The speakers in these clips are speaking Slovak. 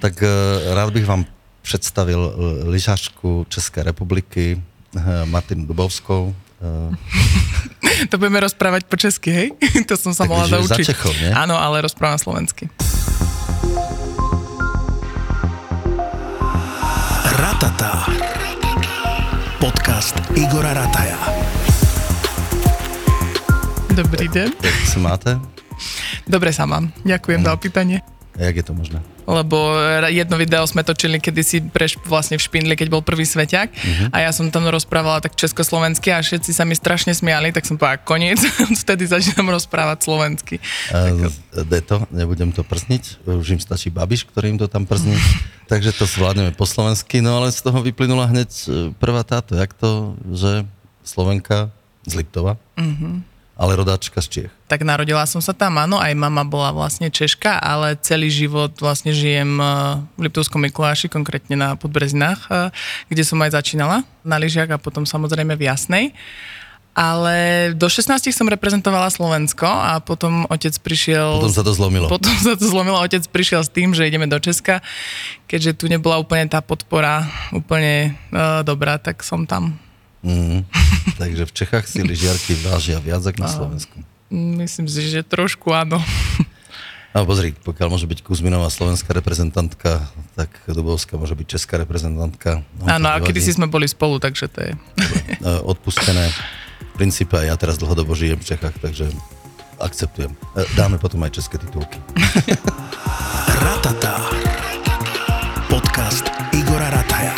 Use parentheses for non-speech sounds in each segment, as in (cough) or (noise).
Tak eh, rád bych vám představil eh, lyžařku České republiky eh, Martinu Dubovskou. eh, To budeme rozprávať po česky, hej? (laughs) To som sa Tak mohla lyžuješ za zaučiť. Čechov, nie? Áno, ale rozprávam slovensky. Ratata. Podcast Igora Rataja. Dobrý deň. Jak se máte? Dobre sa mám. Ďakujem Mm. za opýtanie. Jak je to možné? Lebo ra- jedno video sme točili kedysi pre, šp- vlastne v Špindli, keď bol prvý sveťák Mhm. a ja som tam rozprávala tak československy a všetci sa mi strašne smiali, tak som povedala koniec, (laughs) vtedy začínam rozprávať slovensky. Eh, Jde to, nebudem to prsniť, už im stačí babiš, ktorý im to tam przní. Takže to zvládneme po slovensky, no ale z toho vyplynula hneď eh, prvá táto, jak to, že Slovenka z Liptova, ale rodáčka z Čiech. Tak narodila som sa tam, áno, aj mama bola vlastne Češka, ale celý život vlastne žijem eh, v Liptovskom Mikuláši, konkrétne na Podbrezinách, eh, kde som aj začínala na lyžiach a potom samozrejme v Jasnej. Ale do 16 som reprezentovala Slovensko a potom otec prišiel... Potom sa to zlomilo. Potom sa to zlomilo, otec prišiel s tým, že ideme do Česka, keďže tu nebola úplne tá podpora úplne uh, dobrá, tak som tam. Mhm. Takže v Čechách si lyžiarky vážia viac ako na Slovensku. Myslím si, že trošku áno. No pozri, pokiaľ môže byť Kuzminová slovenská reprezentantka, tak Dubovská môže byť česká reprezentantka. No, Áno, a to kedysi nevadí. sme boli spolu, takže to je... E, Odpustené. V princípe aj ja teraz dlhodobo žijem v Čechách, takže akceptujem. E, Dáme potom aj české titulky. Ratata. Podcast Igora Rataja.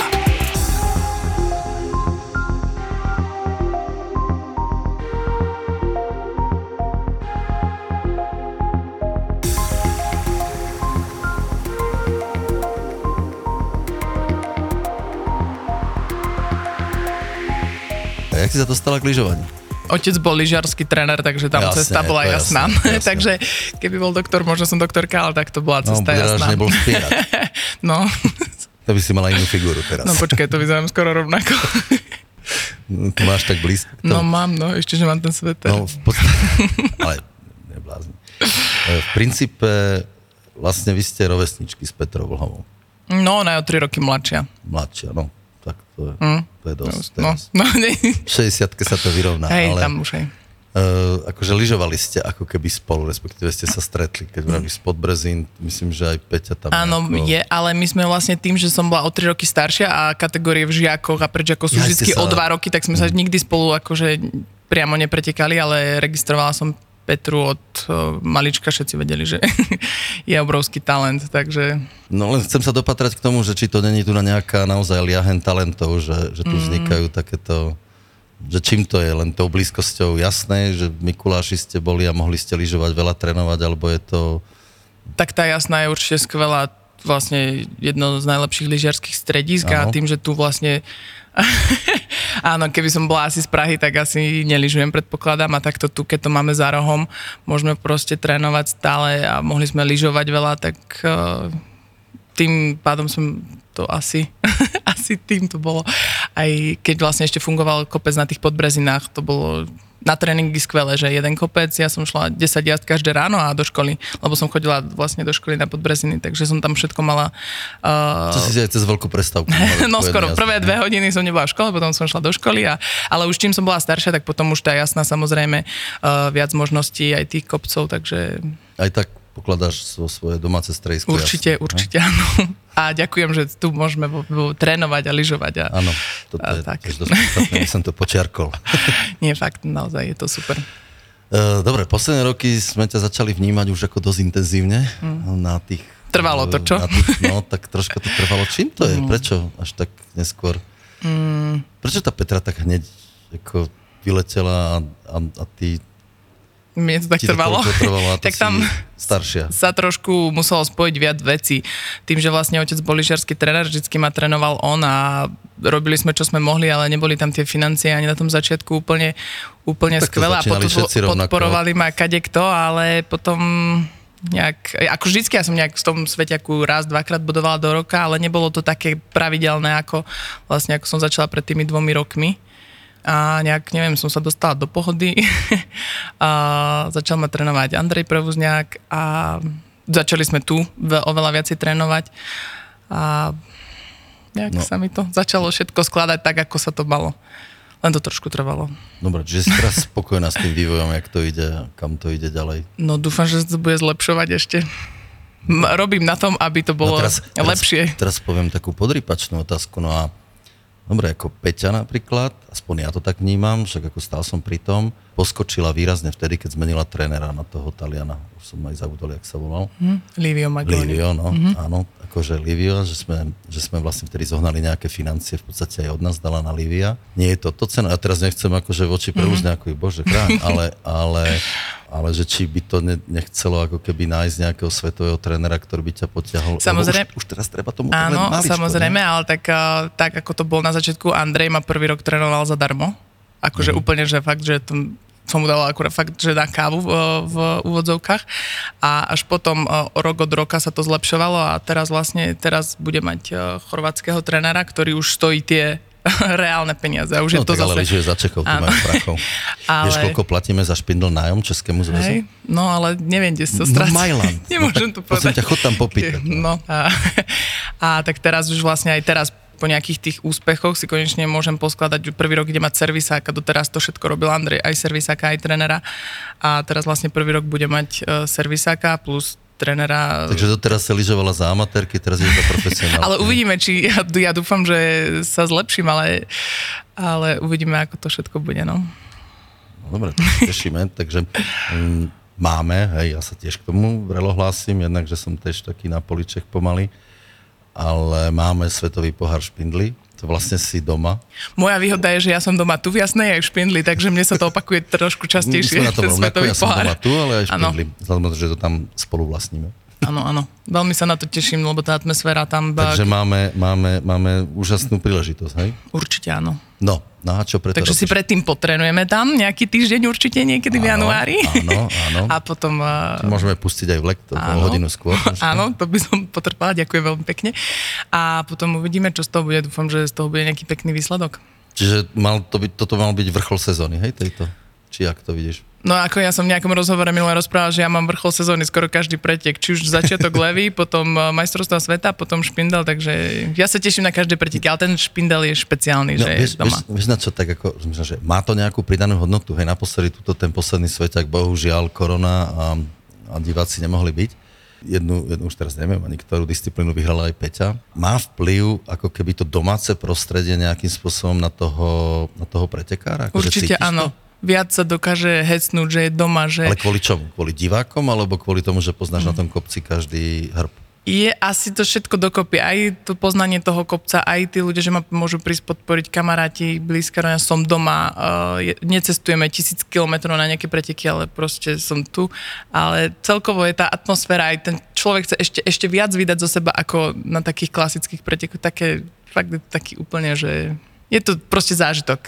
A jak si sa dostala k lyžovaniu? Otec bol lyžiarsky tréner, takže tam Jasné, cesta bola to jasná. jasné, jasné. (laughs) takže keby bol doktor, možno som doktorka, ale tak to bola No, cesta bude rád, jasná. že nebol (laughs) spievať. No, To by si mala inú figuru teraz. no počkaj, to vyzerám skoro (laughs) rovnako. Ty máš tak blízko. k No tomu. mám, no, ešte, že mám ten sveter. No, v (laughs) podstate, ale neblázni. E, V princípe vlastne vy ste rovesničky s Petrou Vlhovou. No, ona je o 3 roky mladšia. Mladšia, no. Tak to je, mm. to je dosť No, teraz. no, nie. V 60 sa to vyrovná, (laughs) Hej, ale tam už aj. Uh, akože lyžovali ste ako keby spolu, respektíve ste sa stretli, keď vravím spod Brezín, myslím, že aj Peťa tam Mm. Áno, nejako- je, ale my sme vlastne tým, že som bola o 3 roky staršia a kategórie v žiakoch a pre žiakov sú Ja, ste vždy sa- Mm. o 2 roky, tak sme sa nikdy spolu akože priamo nepretekali, ale registrovala som Petru od eh, malička, všetci vedeli, že (laughs) je obrovský talent, takže No len chcem sa dopatrať k tomu, že či to není tu na nejaká naozaj liahen talentov, že, že tu Mm. vznikajú takéto že čím to je, len tou blízkosťou jasné, že v Mikuláši ste boli a mohli ste lyžovať, veľa trénovať, alebo je to... tak tá jasná je určite skvelá vlastne jedno z najlepších lyžiarských stredísk Áno. a tým, že tu vlastne (laughs) áno, keby som bola asi z Prahy, tak asi neližujem, predpokladám a takto tu, keď to máme za rohom, môžeme proste trénovať stále a mohli sme lyžovať veľa, tak eh, tým pádom som to asi, (laughs) asi tým to bolo. Aj keď vlastne ešte fungoval kopec na tých podbrezinách, to bolo na tréningy skvelé, že jeden kopec, ja som šla 10 jazd každé ráno a do školy, lebo som chodila vlastne do školy na podbreziny, takže som tam všetko mala... Uh, (laughs) To si si aj cez veľkú (laughs) prestávku. mali No povedať skoro, jasné. prvé dve hodiny som nebola v škole, potom som šla do školy, a, ale už čím som bola staršia, tak potom už tá jasná samozrejme uh, viac možností aj tých kopcov, takže Aj tak pokladáš svo- svoje domáce stredisko. jasné, no. určite, ne? určite áno. A ďakujem, že tu môžeme bo, bo, trénovať a lyžovať a, Áno, toto je A tak. tiež dosť podstatné, ja som to (laughs) počiarkol. Nie, fakt, naozaj je to super. E, Dobre, posledné roky sme ťa začali vnímať už ako dosť intenzívne na tých... Mm. Trvalo to, e, čo? Mm. Na tých, no, tak troška to trvalo. Čím to je? Prečo až tak neskôr? Prečo tá Petra tak hneď ako vyletela a, a, a ty... Mne to tak ti to trvalo. toľko (laughs) trvalo a to tak tam si staršia. sa trošku muselo spojiť viac vecí. Tým, že vlastne otec bol lyžiarsky tréner, vždycky ma trénoval on a robili sme, čo sme mohli, ale neboli tam tie financie ani na tom začiatku úplne, úplne Tak to skvelé. A začínali potom všetci rovnako. podporovali ma kadekto, ale potom nejak, ako vždycky ja som nejak v tom sveťaku raz, dvakrát bodovala do roka, ale nebolo to také pravidelné, ako vlastne ako som začala pred tými dvomi rokmi a nejak, neviem, som sa dostala do (laughs) pohody a začal ma trénovať Andrej Provozňák a začali sme tu ve- oveľa viacej trénovať a nejak No. no. sa mi to začalo všetko skladať tak, ako sa to malo. Len to trošku trvalo. Dobre, čiže si teraz spokojná s tým vývojom, jak to ide a kam to ide ďalej. No dúfam, že sa to bude zlepšovať ešte. M- Robím na tom, aby to bolo lepšie. No Teraz, teraz poviem takú podrypačnú otázku. No a dobre, ako Peťa napríklad, aspoň ja to tak vnímam, však ako stál som pri tom, poskočila výrazne vtedy, keď zmenila trénera na toho Taliana. Už som aj zabudol, jak sa volal. Hm? Livio Magoni. Livio, no, áno, akože Livio, že sme, že sme vlastne vtedy zohnali nejaké financie, v podstate aj od nás dala na Livia. Nie je to to cena, a teraz nechcem akože Mhm. voči prelúz nejaký, bože, (laughs) kráň, ale, ale, ale že či by to ne, nechcelo ako keby nájsť nejakého svetového trénera, ktorý by ťa potiahol. Lebo Samozrejme- Už, už teraz treba tomu tak len Áno, maličko, ne? samozrejme, ale tak, a, tak ako to bol na začiatku, Andrej ma prvý rok trénoval zadarmo. Akože Mhm. úplne, že fakt, že tam som mu dal akurát fakt, že na kávu v, eh, v úvodzovkách a až potom e, rok od roka sa to zlepšovalo a teraz vlastne, teraz bude mať e, chorvátskeho trénera, ktorý už stojí tie (laughs) reálne peniaze. A Už je No, to tak, ale zase... lyžuje za Čechov, tu Áno. majú prachov. (laughs) Ale- Vieš, koľko platíme za špindl nájom Českému zväzu? Hej, no ale neviem, kde No, sa stráca. Mailand. (laughs) No, Nemôžem to Prosím ťa, povedať. chod tam (laughs) popýtať. No a, a tak teraz už vlastne aj teraz po nejakých tých úspechoch si konečne môžem poskladať prvý rok, kde mať servisáka, doteraz to všetko robil Andrej, aj servisáka, aj trenera a teraz vlastne prvý rok bude mať e, servisáka plus trenera. Takže doteraz sa lyžovala za amatérky, teraz je to profesionál. Ale uvidíme, či ja, ja dúfam, že sa zlepším, ale, ale uvidíme, ako to všetko bude. No. No Dobre, to sa tešíme, (laughs) takže mm, máme, hej, ja sa tiež k tomu vrelo hlásim, jednak, že som tiež taký na poliček pomaly, ale máme Svetový pohár špindly, to vlastne si doma. Moja výhoda je, že ja som doma tu v Jasnej aj v Špindli, takže mne sa to opakuje My trošku častejšie. sme na tom ten rovnako, svetový ja som pohár. doma tu, ale aj Áno. špindly, vzhľadom na to, že to tam spolu vlastníme. Áno, áno. Veľmi sa na to teším, lebo tá atmosféra tam... Takže Takže... máme, máme, máme úžasnú príležitosť, hej? Určite áno. No, no a čo preto Takže si robíš? predtým potrenujeme tam nejaký týždeň určite niekedy v Áno, januári. áno, áno. (laughs) A potom... eh, Môžeme pustiť aj vlek, to o hodinu skôr. trošku. (laughs) Áno, to by som potrpala, ďakujem veľmi pekne. A potom uvidíme, čo z toho bude. Dúfam, že z toho bude nejaký pekný výsledok. Čiže mal to byť, toto mal byť vrchol sezóny, hej, tejto? Či ak to vidíš? No ako ja som v nejakom rozhovore minule rozprával, že ja mám vrchol sezóny skoro každý pretek, či už (laughs) začiatok levy, potom eh, majstrovstvá sveta, potom špindel, takže ja sa teším na každé preteky, ale ten špindel je špeciálny, že No, vieš, je doma. Vieš, vieš, na čo tak ako, myslím, že má to nejakú pridanú hodnotu, hej, naposledy túto ten posledný sveťak, bohužiaľ, korona a, a diváci nemohli byť. Jednu, jednu, už teraz neviem ani ktorú disciplínu vyhrala aj Peťa. Má vplyv ako keby to domáce prostredie nejakým spôsobom na toho, na toho pretekára? Akože Určite cítiš áno. To? Viac sa dokáže hecnúť, že je doma, že Ale kvôli čomu? Kvôli divákom alebo kvôli tomu, že poznáš mm. na tom kopci každý hrb? je asi to všetko dokopy. Aj to poznanie toho kopca, aj tí ľudia, že ma môžu prísť podporiť kamaráti, blízka rodina, som doma, eh, je- necestujeme tisíc kilometrov na nejaké preteky, ale proste som tu. Ale celkovo je tá atmosféra, aj ten človek chce ešte, ešte viac vydať zo seba ako na takých klasických pretekoch. Také, fakt je to taký úplne, že je to proste zážitok.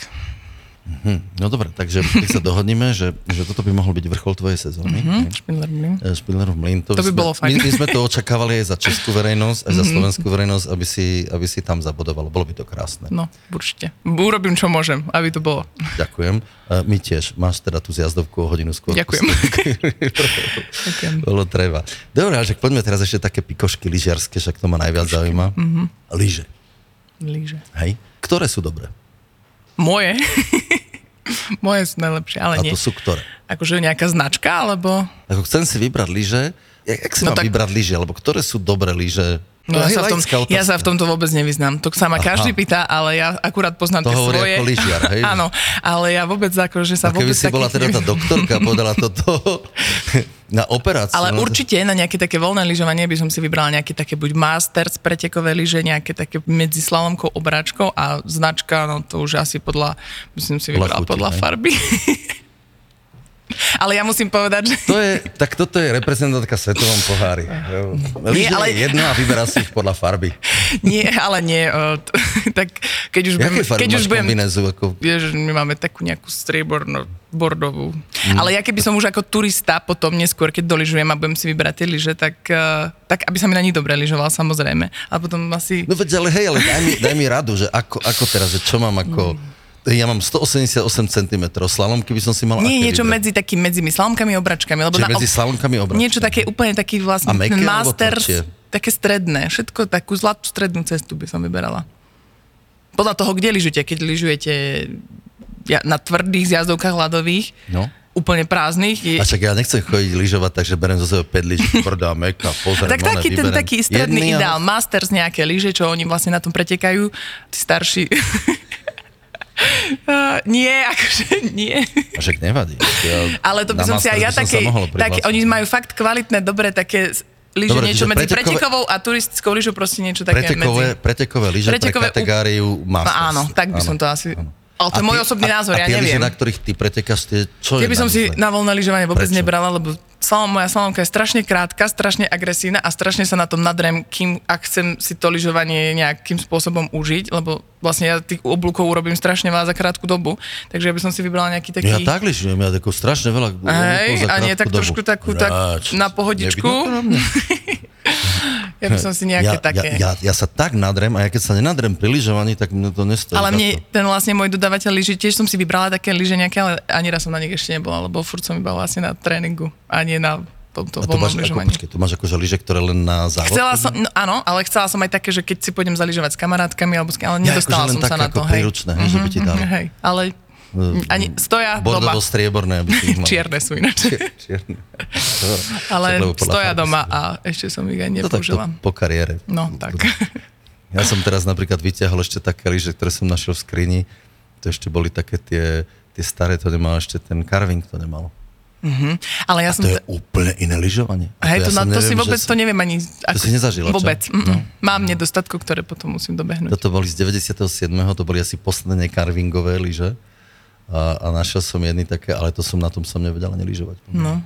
No dobre, takže keď sa dohodneme, že, že toto by mohol byť vrchol tvojej sezóny. hej? Špindler, blin. E, Špindlerov mlyn. To by sme, bolo fajn. My, Mhm. my sme to očakávali aj za českú verejnosť, aj za slovenskú verejnosť, aby si, aby si tam zabodoval. Bolo by to krásne. No, určite. Urobím, čo môžem, aby to bolo. Ďakujem. E, My tiež. Máš teda tú zjazdovku o hodinu skôr. Ďakujem. Ďakujem. Bolo treba. Dobre, ale však poďme teraz ešte také pikošky lyžiarske, však to ma najviac zaujíma. Mhm. Lyže, Líže. hej? Ktoré sú dobré? Moje. (laughs) Moje sú najlepšie, ale A nie. to sú ktoré? Akože nejaká značka, alebo... Ako chcem si vybrať lyže, jak, jak si No mám tak- vybrať lyže, alebo ktoré sú dobré lyže? No, To ja, je sa v tom, laická ja sa otázka. v tomto vôbec nevyznám. To sa ma Aha. každý pýta, ale ja akurát To poznám tie hovorí svoje. ako lyžiar, hej? (laughs) Áno, ale ja vôbec ako, že A sa keby vôbec si bola takých teda tá nevy- doktorka a povedala (laughs) toto na operáciu. Ale no, určite na nejaké také voľné lyžovanie by som si vybrala nejaké také buď masters pretekové lyže, nejaké také medzi slalomkou, obráčkou a značka, no to už asi podľa, myslím si Podľa vybrala chuti, podľa hej? farby. (laughs) ale ja musím povedať, že To je, tak toto je reprezentantka v svetovom pohári. Nie, Nie, ale... ale- je jedno a vyberá si ich podľa farby. Nie, ale nie. e, t- (laughs) tak keď už budem... Jaké farby Keď máš už budem kombinézu? Ako... Vieš, my máme takú nejakú strieborno bordovú. Mm. Ale ja keby som už ako turista potom neskôr, keď doližujem a budem si vybrať tie lyže, tak, e, tak aby sa mi na ní dobre lyžoval, samozrejme. A potom asi... No veď, ale hej, ale daj mi, daj mi radu, že ako, ako teraz, že čo mám ako... ja mám 188 cm slalom, keby som si mal... Nie, aké niečo vybrať? medzi takými, medzi slámkami a obračkami. Lebo Čiže na, medzi slalomkami a obračkami. Niečo také úplne taký vlastne A meké ten alebo master, tvrdšie? také stredné. Všetko takú zlatú strednú cestu by som vyberala. Podľa toho, kde lyžujete. Keď lyžujete ja, na tvrdých zjazdovkách ľadových, No. úplne prázdnych, je, A však ja nechcem chodiť lyžovať, takže berem zo sebou 5 lyž, tvrdá, meka, pozriem, tak one, taký ten vyberem. taký stredný Jedný, ale- ideál, master z nejaké lyže, čo oni vlastne na tom pretekajú, tí starší. (laughs) A nie, akože nie. A však nevadí. Ja, Ale to by na som si aj Masters ja by som sa také, mohol také, prihlásiť. oni majú fakt kvalitné, dobré také z- lyže, Dobre, čiže niečo medzi pretekové- pretekovou a turistickou lyžou, proste niečo také pretekové, medzi... pretekové lyže Pretekové pre kategóriu No Masters. áno, tak by som to asi... Ale to A je môj ty- osobný a- názor, a ja tie lyže, neviem. na ktorých ty pretekáš, tie, čo je Keby som si mysle? na voľné lyžovanie vôbec Prečo? nebrala, lebo slalom, moja slalomka je strašne krátka, strašne agresívna a strašne sa na tom nadrem, kým, ak chcem si to lyžovanie nejakým spôsobom užiť, lebo vlastne ja tých oblúkov urobím strašne veľa za krátku dobu, takže ja by som si vybrala nejaký taký... No Ja tak lyžujem, ja takú strašne veľa Hej, a nie tak trošku takú, tak na pohodičku. Ja by som si ja, nejaké také... Ja, ja, ja, sa tak nadrem a ja keď sa nenadrem pri lyžovaní, tak mne to nestojí. za Ale mne to. ten vlastne môj dodávateľ lyží, tiež som si vybrala také lyže nejaké, ale ani raz som na nich ešte nebola, lebo furt som iba vlastne na tréningu a nie na A tomto to máš, ako, voľnom lyžovaní. počkej, to máš akože lyže, ktoré len na závod? Chcela som, no áno, ale chcela som aj také, že keď si pôjdem zaližovať s kamarátkami, alebo s, ale akože nedostala len som sa také na ako to, hej. Mhm, príručné, hej, že by ti dali. Ehm, Hej, ale ani stoja doma. Bordovo strieborné, aby si ich mal. (laughs) Čierne sú ináč. (laughs) Čierne. Však, Ale lebo podľa stoja farby doma si- No a ešte som ich aj To takto nepoužila. po kariére. No, tak. (laughs) Ja som teraz napríklad vyťahol ešte také lyže, ktoré som našiel v skrini. To ešte boli také tie, tie staré, to nemalo ešte ten carving, to nemalo. Ale ja som... To je sa- úplne iné lyžovanie. A Hej, to, ja na, som to si neviem, že vôbec, som- to neviem ani... si nezažila, čo? Vôbec. mm, mm. No. Mám nedostatku, ktoré potom musím dobehnúť. Toto boli z 97. To boli asi posledné carvingové lyže. A, a našiel som jedny také, ale to som na tom som nevedel ani lyžovať. No.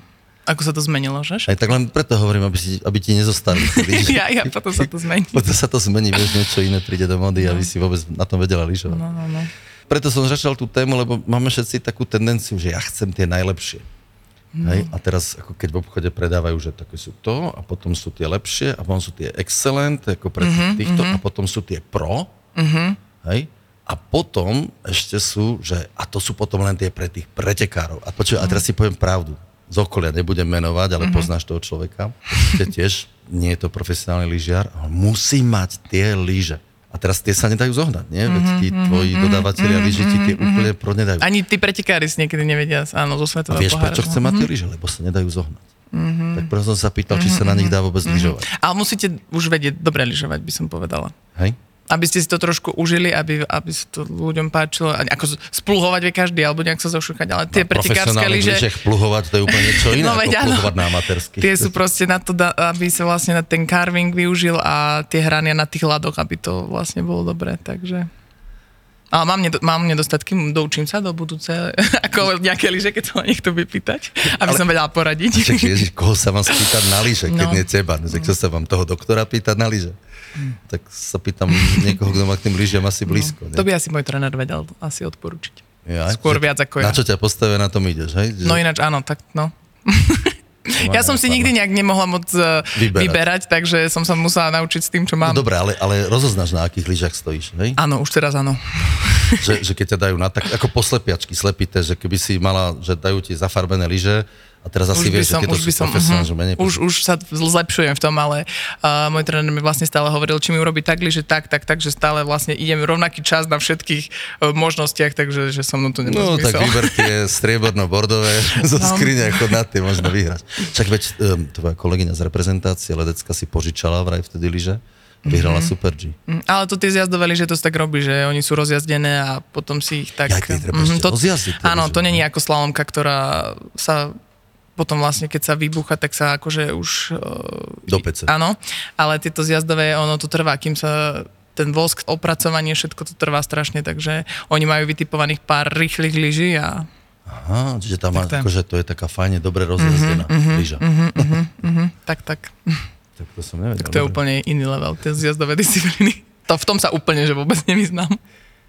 Ako sa to zmenilo, že? (laughs) Aj tak len preto hovorím, aby, si, aby ti nezostali. tie lyže. ja, ja, potom sa to No. zmení. (laughs) Potom sa to zmení, vieš, niečo iné príde do mody a vy si vôbec na tom vedela lyžovať. No, no, no. Preto som začal tú tému, lebo máme všetci takú tendenciu, že ja chcem tie najlepšie. Hej? A teraz, ako keď v obchode predávajú, že také sú to, a potom sú tie lepšie, a potom sú tie excellent, ako pre tých, týchto, a potom sú tie pro. Hej? A potom ešte sú, že, a to sú potom len tie pre tých pretekárov. A, počuj, a teraz si poviem pravdu. Z okolia nebudem menovať, ale poznáš toho človeka. Ešte tiež nie je to profesionálny lyžiar, ale musí mať tie lyže. A teraz tie sa nedajú zohnať, nie? Veď tí tvoji dodávateľia lyži ti tie úplne pro nedajú. Ani tí pretekári si niekedy nevedia, áno, zo A svetového vieš, pohára, prečo no. chce mať tie lyže? Lebo sa nedajú zohnať. Mhm. Tak preto som sa pýtal, či sa na nich dá vôbec lyžovať. Ale musíte už vedieť dobre lyžovať, by som povedala. Hej? Aby ste si to trošku užili, aby, aby sa to ľuďom páčilo. A Ako z- splúhovať vie každý, alebo nejak sa zošukať. Ale tie pretekárske profesionálnych lyže, lyžiach pluhovať, to je úplne niečo iné, (laughs) No, ako veď áno. pluhovať na amatérsky. tie (laughs) sú proste na to, da- aby sa vlastne na ten carving využil a tie hrania na tých ladoch, aby to vlastne bolo dobré. Takže... Ale mám, nedo- mám nedostatky, doučím sa do budúce, (laughs) ako nejaké lyže, keď sa ma niekto bude pýtať, aby Ale- som vedela poradiť. Čak, ježiš, koho sa mám spýtať na lyže, keď No. nie teba? No, tak čo sa mám toho doktora pýtať na lyže? Tak sa pýtam niekoho, kto má k tým lyžiam asi blízko. (laughs) No. To by asi môj tréner vedel asi odporučiť. Ja, skôr viac ako Na ja. čo ťa postavia, na tom ideš, hej? Že- No ináč áno, tak no. to ma Ja som si nenapadlo. nikdy nejak nemohla moc e, Vyberať. vyberať, takže som sa musela naučiť s tým, čo No mám. dobre, ale, ale rozoznáš, na akých lyžach stojíš, hej? Áno, už teraz áno. že, že keď ťa dajú na tak, ako poslepiačky slepité, že keby si mala, že dajú ti zafarbené lyže a teraz asi Už by vieš, som, že tieto už sú by som, profesionálne, že menej mhm. (laughs) už, už sa zlepšujem v tom, ale uh, môj tréner mi vlastne stále hovoril, či mi urobí tak, že tak, tak, tak, že stále vlastne idem rovnaký čas na všetkých uh, možnostiach, takže že som No. mu tu nemal No, tak zmysel. vyber tie (laughs) strieborno-bordové zo skrine, ako na tie možno vyhrať. Však veď um, tvoja kolegyňa z reprezentácie Ledecka si požičala vraj vtedy lyže a vyhrala mm-hmm. Super G. Mm, Ale to tie zjazdové lyže to sa tak robí, že oni sú rozjazdené a potom si ich tak... Ja, keď treba ešte rozjazdiť tie Áno, lyže. to není ako slalomka, ktorá sa potom vlastne, keď sa vybucha, tak sa akože už... eh, Do pece. Áno, ale tieto zjazdové, ono to trvá, kým sa ten vosk, opracovanie, všetko to trvá strašne, takže oni majú vytipovaných pár rýchlych lyží a Aha, čiže tam má, to je. akože to je taká fajne dobre rozjazdená Mhm, mm-hmm, lyža. Mm-hmm. tak, tak. Tak to som nevedel. To je dobre. úplne iný level, tie zjazdové disciplíny. To v tom sa úplne, že vôbec nevyznám.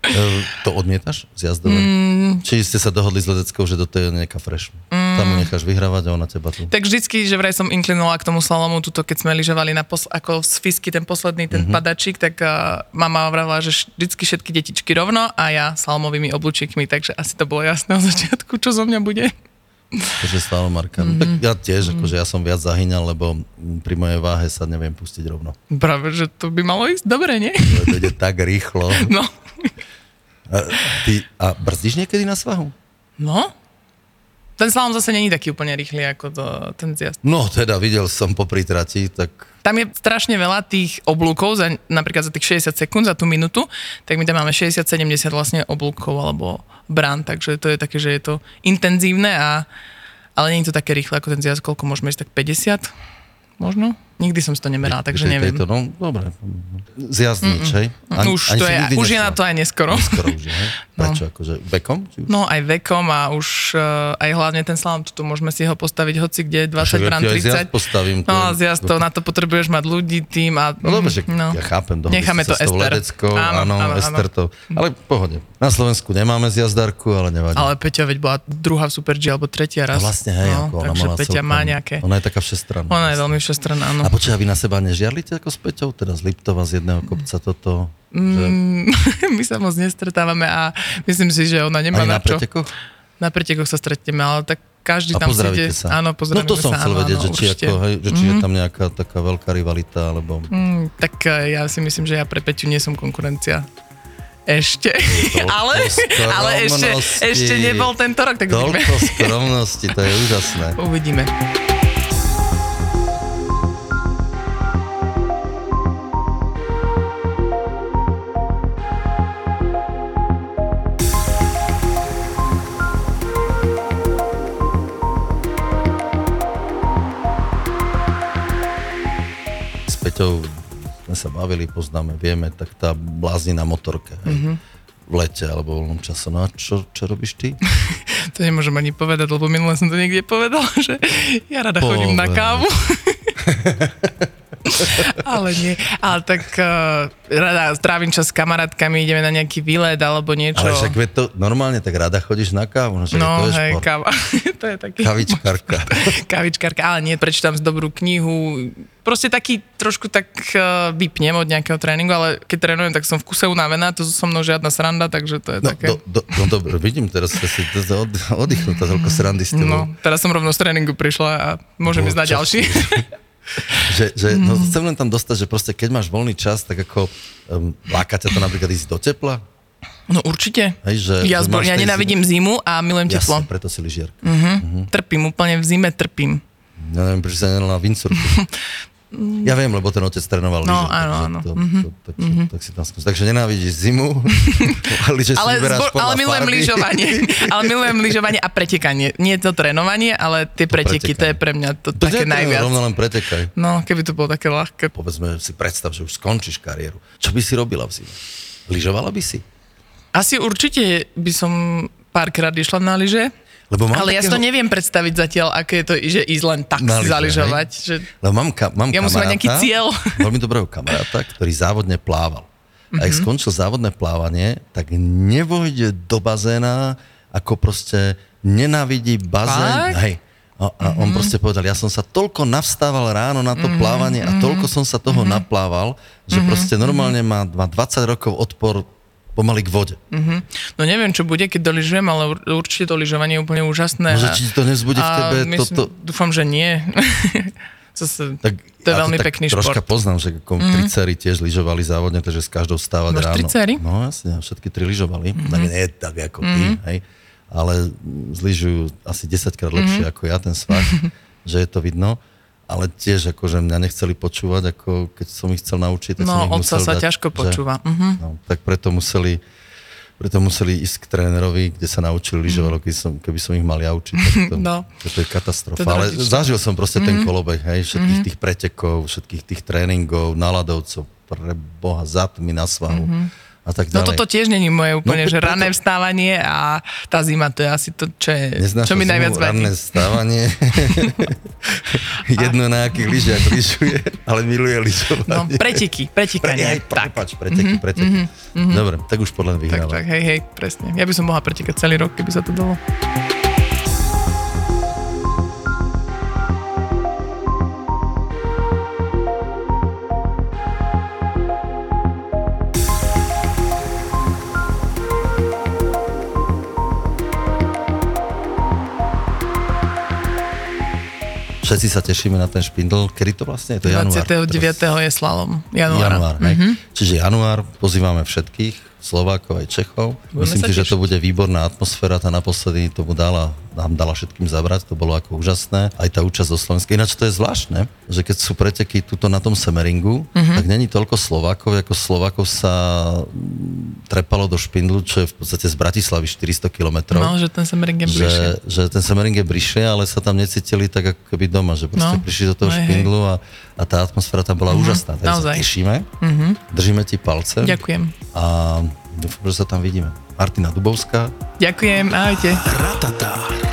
E, To odmietaš z jazdové? Mm. Či ste sa dohodli s Ledeckou, že do tej je nejaká fresh? Mm. Tam ju necháš vyhrávať a ona teba tu. Tak vždycky, že vraj som inklinovala k tomu slalomu, tuto keď sme lyžovali na pos- ako z fisky ten posledný, ten mm-hmm. padačik, tak uh, mama vravila, že vždycky všetky detičky rovno a ja slalomovými oblúčikmi, takže asi to bolo jasné od začiatku, čo zo mňa bude. Takže stále Marka. Mhm. Mm-hmm. Tak ja tiež, mm-hmm. akože ja som viac zahyňal, lebo mm, pri mojej váhe sa neviem pustiť rovno. Práve, že to by malo ísť dobre, nie? To ide tak rýchlo. No, A, ty, a brzdíš niekedy na svahu? no. Ten slalom zase není taký úplne rýchly ako to, ten zjazd. No teda, videl som popri trati, tak Tam je strašne veľa tých oblúkov, za, napríklad za tých 60 sekúnd, za tú minútu, tak my tam máme 60-70 vlastne oblúkov alebo brán, takže to je také, že je to intenzívne, a, ale nie je to také rýchle ako ten zjazd, koľko môžeme ísť, tak 50 možno? Nikdy som si to nemerala, takže tej- neviem. Tejto, No no, dobre. Zjazdnič, hej? Ani- Už, ani to si je, nikdy už je nešla. na to aj neskoro. Skoro už, je, hej? Prečo, akože bekom? Či už? No aj vekom a už eh, aj hlavne ten slalom, tu môžeme si ho postaviť hoci kde, 20 Však ja brán, ti aj zjazd 30. postavím, to No je- zjazd to, na to potrebuješ mať ľudí, tým a... No dobre, že no. ja chápem, dohodli Necháme ste to sa s tou Ester. Ledeckou, Áno, áno, áno, áno. Ester to, ale v pohode. Na Slovensku nemáme zjazdarku, ale nevadí. Ale Peťa veď bola druhá v Super G, alebo tretia No raz. vlastne, hej, no, ako ona takže mala Peťa celkom- má nejaké... Ona je taká všestranná. Ona je veľmi všestranná, no. áno. A počkaj, a vy na seba nežiarlite ako s Peťou? Teda z Liptova, z jedného kopca toto? Mm, (laughs) My sa moc nestretávame a myslím si, že ona Ani nemá na na čo. pretekoch? Na pretekoch sa stretneme, ale tak každý A tam si pozdravíte ide... sa. Áno, pozdravíme No to som sa, chcel áno, vedieť, áno, že či, určite. Mhm. ako, hej, že či je tam nejaká taká veľká rivalita, alebo... Mm, tak eh, ja si myslím, že ja pre Peťu nie som konkurencia. Ešte. (laughs) ale, ale ešte, skromnosti. ešte nebol tento rok, tak uvidíme. Toľko skromnosti, to je (laughs) úžasné. Uvidíme. S Peťou sme sa bavili, poznáme, vieme, tak tá blázni na motorke. Mhm. Mm-hmm. V lete alebo v voľnom čase. No a čo, čo robíš (laughs) ty? To nemôžem ani povedať, lebo minule som to niekde povedala, (laughs) že ja rada chodím na Povedz. kávu. (laughs) ale nie. Ale tak uh, rada trávim čas s kamarátkami, ideme na nejaký výlet alebo niečo. Ale však veď to normálne tak rada chodíš na kávu, no, však to no je hej, šport. káva. (laughs) to je taký... Kavičkarka. Kavičkárka, ale nie, prečítam z dobrú knihu. Proste taký trošku tak eh, vypnem od nejakého tréningu, ale keď trénujem, tak som v kuse unavená, to so mnou žiadna sranda, takže to je No, také... do, do, no dobre, vidím, teraz sa si to- to od, oddychnutá toľko srandy s tebou. No, teraz som rovno z tréningu prišla a môžem No, ísť na čo ďalší. Že, že, Mm. no, chcem len tam dostať, že proste keď máš voľný čas, tak ako um, láka ťa to napríklad ísť do tepla? (laughs) No určite. Hej, že, Ja, že zbor, máš ja tej nenávidím zimu a milujem Jasne, Mhm. teplo. Mm. preto si lyžiarka. Trpím, úplne v zime trpím. Ja neviem, prečo sa nenala windsurfu. (laughs) Ja viem, lebo ten otec trénoval lyže. No, áno, takže áno. mhm. To, to, tak, mm-hmm. tak si tam skús. Takže nenávidíš (laughs) zimu, (laughs) a lyže si Ale, vyberáš zbor, podľa ale milujem farby. (laughs) lyžovanie. Ale milujem lyžovanie a pretekanie. Nie to trénovanie, ale tie preteky, to je pretekanie. pre mňa to, To ťa také najviac. Rovno len pretekaj. No, keby to bolo také ľahké. Povedzme si, predstav, že už skončíš kariéru. Čo by si robila v zime? Lyžovala by si? Asi určite by som párkrát išla na lyže, Lebo mám ale ja si to takého- neviem predstaviť zatiaľ, aké je to, že ísť len tak Na si lyže, zaližovať. Že... Lebo mám, ka- mám Ja musím kamaráta, mať nejaký cieľ. (laughs) veľmi dobrého kamaráta, ktorý závodne plával. A ak Mhm. skončil závodné plávanie, tak nevojde do bazéna, ako proste nenávidí bazén. Fakt? Mhm. Hej. A, a on proste povedal, ja som sa toľko navstával ráno na to plávanie mhm. a toľko som sa toho naplával, že proste normálne má, má 20 rokov odpor pomaly k vode. No neviem, čo bude, keď dolyžujem, ale ur- určite to lyžovanie je úplne úžasné. Môže A- či ti to nevzbudí v a tebe myslím, toto... Dúfam, že nie. (laughs) Zase, Tak, to je ja veľmi tak pekný troška šport. Mhm. poznám, že ako mm-hmm. tricery tiež lyžovali závodne, takže s každou stávať Máš Mhm. ráno. tri cery? No jasne, všetky tri lyžovali. Mm-hmm. Tak nie tak ako Mhm. mm-hmm. ty, hej. Ale zlyžujú asi 10 krát lepšie mm-hmm. Mhm. ako ja ten svah, (laughs) že je to vidno. Ale tiež akože mňa nechceli počúvať, ako keď som ich chcel naučiť, tak som No, ich otca musel sa dať, ťažko že- počúva. Mhm. No, tak preto museli, preto museli ísť k trénerovi, kde sa naučili lyžovať, keby som, keby som ich mal ja učiť. Tak to, Mhm. (laughs) No. to, to je katastrofa. To je Ale rodičia. zažil som proste Mhm. ten kolobeh, hej, všetkých tých pretekov, všetkých tých tréningov, naladovcov, pre boha, zatmy na svahu. a tak No ďalej. toto tiež není moje úplne, No, no, že preto- rané vstávanie a tá zima to je asi to, čo, je, Neznáša čo mi zimu, najviac vadí. No, ranné stávanie. (laughs) (laughs) Jedno na akých lyžiach (laughs) lyžuje, ale miluje lyžovanie. No, (laughs) preteky, Pre, aj, pretekanie. tak, Mhm, prepač, preteky, preteky. Dobre, tak už podľa mňa tak, vyhráva. tak, hej, hej, presne. Ja by som mohla pretekať celý rok, keby sa to dalo. Všetci sa tešíme na ten špindl. Kedy to vlastne je? To je január. 29. teraz. je slalom, januára. Január, hej. Čiže január, pozývame všetkých, Slovákov aj Čechov. Budeme Myslím sa si, že tešiť. to bude výborná atmosféra, tá naposledy tomu dala, nám dala všetkým zabrať, to bolo ako úžasné. Aj tá účasť do Slovenska. Ináč to je zvláštne, že keď sú preteky tuto na tom Semeringu, Mhm. tak není toľko Slovákov, ako Slovákov sa mm, trepalo do špindlu, čo je v podstate z Bratislavy 400 kilometrov No, že ten sem ringem že, že ten Semmering je bližšie, ale sa tam necítili tak ako keby doma, že proste No, prišli do toho hej, hej. špindlu a, a tá atmosféra tam bola úžasná. Takže sa naozaj. Mhm. tešíme, držíme ti palce Ďakujem. a dúfam, že sa tam vidíme. Martina Dubovská, Ďakujem, ahojte. Ratata.